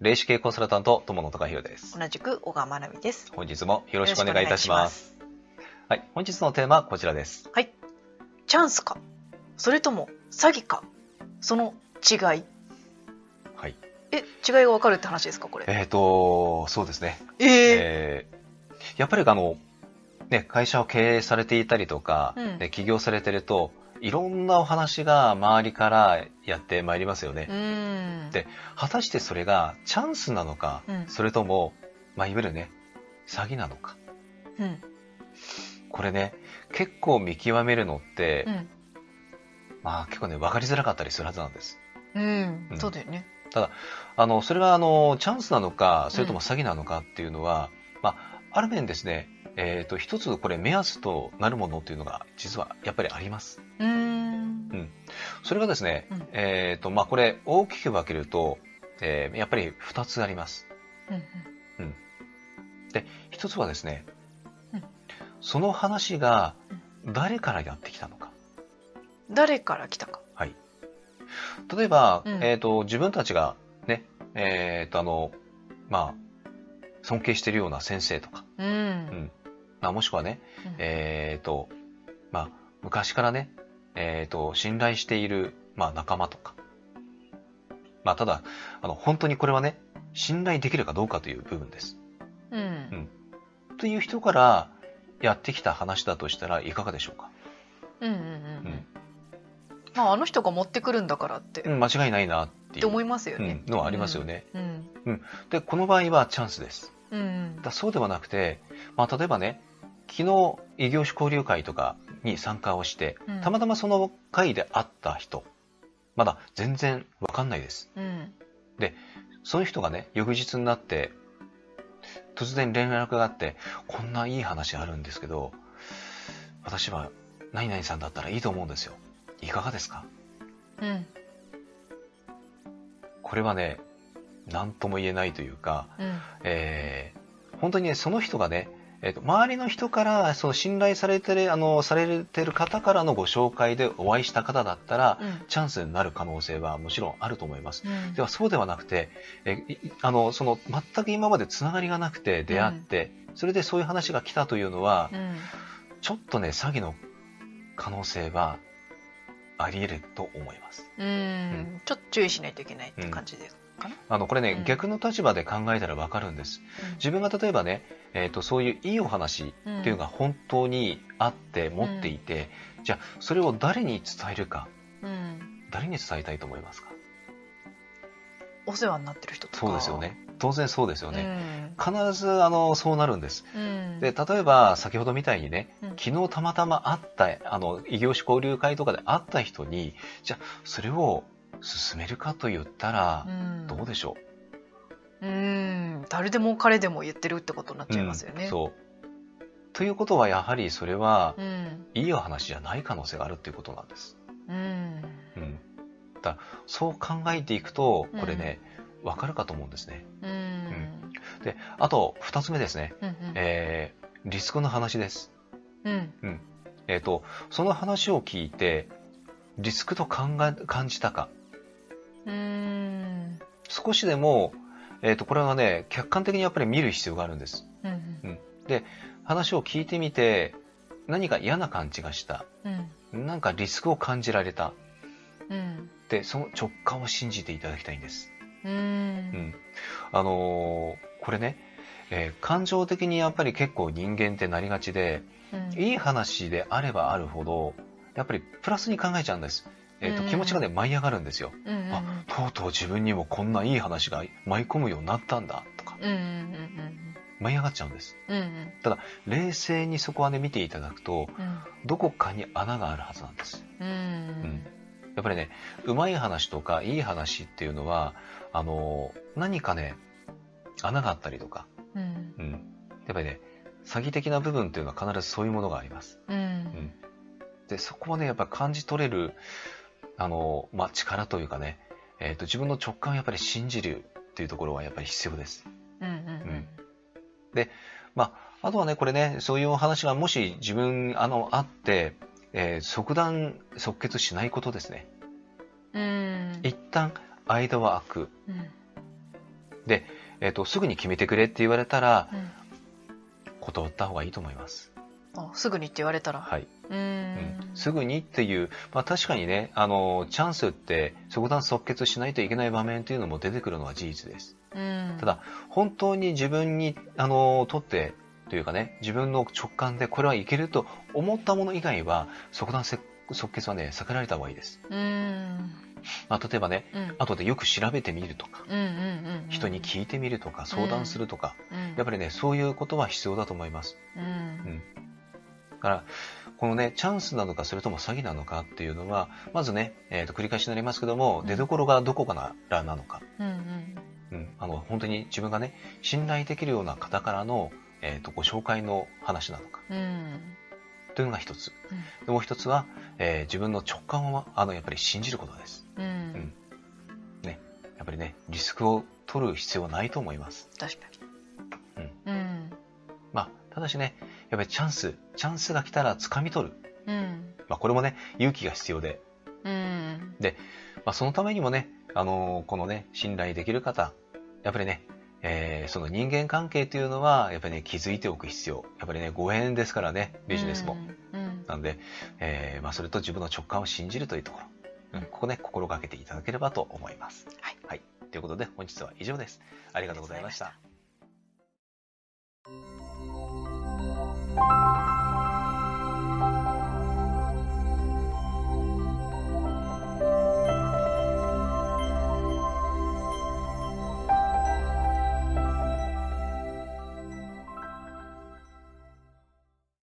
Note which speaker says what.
Speaker 1: 霊視系コンサルタント友野隆弘です
Speaker 2: 同じく小川真奈美です。よ
Speaker 1: 本日もよろしくお願いいたします
Speaker 2: ろしくお願いし
Speaker 1: はい本日のテーマはこちらです
Speaker 2: ます。はい。チャンスか、それとも詐欺か、その違い。
Speaker 1: はい
Speaker 2: え、違いがわかるって話ですか、これ。
Speaker 1: えっ、ー、とそうですね
Speaker 2: えー、
Speaker 1: えーやっぱりあの、ね、会社を経営されていたりとか、
Speaker 2: うん
Speaker 1: で起業されてるといろんなお話が周りからやってまいりますよね
Speaker 2: う、ーん。
Speaker 1: で果たしてそれがチャンスなのか、
Speaker 2: うん
Speaker 1: それとも、まあ、いわゆるね詐欺なのか
Speaker 2: うん。
Speaker 1: これね結構見極めるのって、
Speaker 2: うん。
Speaker 1: まあ結構ね分かりづらかったりするはずなんです
Speaker 2: うん
Speaker 1: うん
Speaker 2: そうだよね。
Speaker 1: あのそれがあのチャンスなのかそれとも詐欺なのかっていうのは、まあ、ある面ですね、えー、と一つこれ目安となるものっていうのが実はやっぱりあります
Speaker 2: うーん。
Speaker 1: それがですね、
Speaker 2: うん
Speaker 1: えーとまあ、これ大きく分けると、えーやっぱり2つあります
Speaker 2: うん
Speaker 1: 一つはですね、
Speaker 2: うん
Speaker 1: その話が誰からやってきたのか
Speaker 2: うん誰から来たか。
Speaker 1: 例えば、
Speaker 2: うん
Speaker 1: えー、と自分たちがねえーとあのまあ尊敬してるような先生とか、
Speaker 2: うん。
Speaker 1: まあ、もしくはね
Speaker 2: うん
Speaker 1: えー、と、まあ、昔からね、えー、と、信頼している、まあ、仲間とか。まあ、ただ、あの、本当にこれはね、信頼できるかどうかという部分です。
Speaker 2: うん
Speaker 1: という人からやってきた話だとしたらいかがでしょうか
Speaker 2: うんうんうんうんまああの人が持ってくるんだからって、
Speaker 1: う
Speaker 2: っ
Speaker 1: ん間違いないなってい
Speaker 2: て
Speaker 1: う
Speaker 2: 思いますよね
Speaker 1: うん。のはありますよね。
Speaker 2: うん。
Speaker 1: で、この場合はチャンスです。
Speaker 2: うん。うん
Speaker 1: だそうではなくて、まあ、例えばね、昨日、異業種交流会とかに参加をして、
Speaker 2: うん
Speaker 1: たまたまその会で会った人、まだ全然わかんないです。
Speaker 2: うん。
Speaker 1: その人がね、翌日になって、突然連絡があって、こんないい話あるんですけど、私は何々さんだったらいいと思うんですよ。いかがですか
Speaker 2: うん。
Speaker 1: これはね、何とも言えないというか、
Speaker 2: うん。
Speaker 1: えー本当にね、その人がね、えーと周りの人からその信頼されてるあのされてる方からのご紹介でお会いした方だったら、
Speaker 2: うん
Speaker 1: チャンスになる可能性はもちろんあると思います。
Speaker 2: うん
Speaker 1: ではそうではなくてえいあのその全く今までつながりがなくて出会って、それでそういう話が来たというのは、
Speaker 2: うん。
Speaker 1: ちょっとね詐欺の可能性はあり得ると思います
Speaker 2: うん、ちょっと注意しないといけないって感じです。
Speaker 1: あのこれね、
Speaker 2: うん
Speaker 1: 逆の立場で考えたらわかるんです
Speaker 2: うん
Speaker 1: 自分が例えばね、えー、とそういういいお話
Speaker 2: うん
Speaker 1: っていうのが本当にあって持っていて、じゃあそれを誰に伝えるか
Speaker 2: うん、
Speaker 1: 誰に伝えたいと思いますか
Speaker 2: お世話になってる人とか。
Speaker 1: そうですよね当然そうですよね、
Speaker 2: ね。
Speaker 1: 必ずあのそうなるんです
Speaker 2: うん。
Speaker 1: で、例えば先ほどみたいにね、
Speaker 2: うん
Speaker 1: 昨日たまたま会ったあの異業種交流会とかで会った人にじゃあそれを進めるかと言ったら
Speaker 2: うん、
Speaker 1: どうでしょ
Speaker 2: うん、誰でも彼でも言ってるってことになっ
Speaker 1: う、
Speaker 2: ちゃいますよね。
Speaker 1: うんそうということはやはりそれは
Speaker 2: う。ん。
Speaker 1: いいお話じゃない可能性があるということなんです。
Speaker 2: うん。
Speaker 1: うん、だからそう考えていくとこれね、わかるかと思うんですね。
Speaker 2: うん。うん。
Speaker 1: であと2つ目ですね、
Speaker 2: うん。
Speaker 1: えーリスクの話です。
Speaker 2: うん。
Speaker 1: えー、とその話を聞いてリスクと考え感じたか
Speaker 2: うん。
Speaker 1: 少しでも、えー、とこれはね客観的にやっぱり見る必要があるんです
Speaker 2: うん。
Speaker 1: 話を聞いてみて何か嫌な感じがした
Speaker 2: うん。
Speaker 1: なんかリスクを感じられた
Speaker 2: うん。
Speaker 1: でその直感を信じていただきたいんです、
Speaker 2: う。
Speaker 1: うんん、あのーこれね、えー感情的にやっぱり結構人間ってなりがちでいい話であればあるほどやっぱりプラスに考えちゃうんです、えー、と
Speaker 2: うん
Speaker 1: 気持ちがね舞い上がるんですよ
Speaker 2: うん。うん。
Speaker 1: あとうとう自分にもこんないい話が舞い込むようになったんだとか
Speaker 2: うん。うん。
Speaker 1: 舞い上がっちゃうんです
Speaker 2: うん。うん。
Speaker 1: 冷静にそこはね見ていただくとどこかに穴があるはずなんです
Speaker 2: うん。
Speaker 1: やっぱりねうまい話とかいい話っていうのはあの何かね穴があったりとか、
Speaker 2: うん。
Speaker 1: うん、やっぱりね詐欺的な部分っていうのは必ずそういうものがあります
Speaker 2: うん。
Speaker 1: でそこはねやっぱ感じ取れるあの、まあ、力というかね、えー、と自分の直感をやっぱり信じるっていうところはやっぱり必要です
Speaker 2: うん。
Speaker 1: あとはね、これね、そういうお話がもし自分、あの、あって、えー即断、即決しないことですね。
Speaker 2: うん。
Speaker 1: 一旦、間は空く。
Speaker 2: うん。
Speaker 1: で、えっとすぐに決めてくれって言われたら
Speaker 2: うん
Speaker 1: 断った方がいいと思います。
Speaker 2: あすぐにって言われたら、
Speaker 1: はい、
Speaker 2: うー
Speaker 1: うんん、すぐにっていう、まあ、確かにねあのチャンスって即断即決しないといけない場面というのも出てくるのは事実です。
Speaker 2: うん
Speaker 1: ただ本当に自分にあのとってというかね自分の直感でこれはいけると思ったもの以外は即断即決はね避けられた方がいいです。
Speaker 2: うーん
Speaker 1: まあ、例えばね
Speaker 2: うん
Speaker 1: 後でよく調べてみるとか
Speaker 2: うんうんうんうん
Speaker 1: 人に聞いてみるとか相談するとか、
Speaker 2: うん
Speaker 1: やっぱりねそういうことは必要だと思います。
Speaker 2: うん
Speaker 1: だからこのねチャンスなのかそれとも詐欺なのかっていうのはまずね、えー、と繰り返しになりますけども
Speaker 2: うん
Speaker 1: 出どころがどこからなのか、
Speaker 2: うんうん
Speaker 1: うん、あの本当に自分がね信頼できるような方からの、えー、とご紹介の話なのか
Speaker 2: うん
Speaker 1: というのが一つでもう一つは、えー自分の直感をあのやっぱり信じることです
Speaker 2: うんうん
Speaker 1: んやっぱりねリスクを取る必要はないと思います
Speaker 2: 確かにうん
Speaker 1: まあただしねやっぱりチャンスチャンスが来たら掴み取る、
Speaker 2: うん
Speaker 1: まあ、これもね勇気が必要で
Speaker 2: うん
Speaker 1: まあ、そのためにもね、あのーこのね、信頼できる方、やっぱりね、えーその人間関係というのは、やっぱりね、気づいておく必要。やっぱりね、ご縁ですからね、ビジネスも。
Speaker 2: うん
Speaker 1: なので、えーまあ、それと自分の直感を信じるというところ。うん、ここね、心がけていただければと思います。
Speaker 2: はい。
Speaker 1: ということで、本日は以上です。ありがとうございました。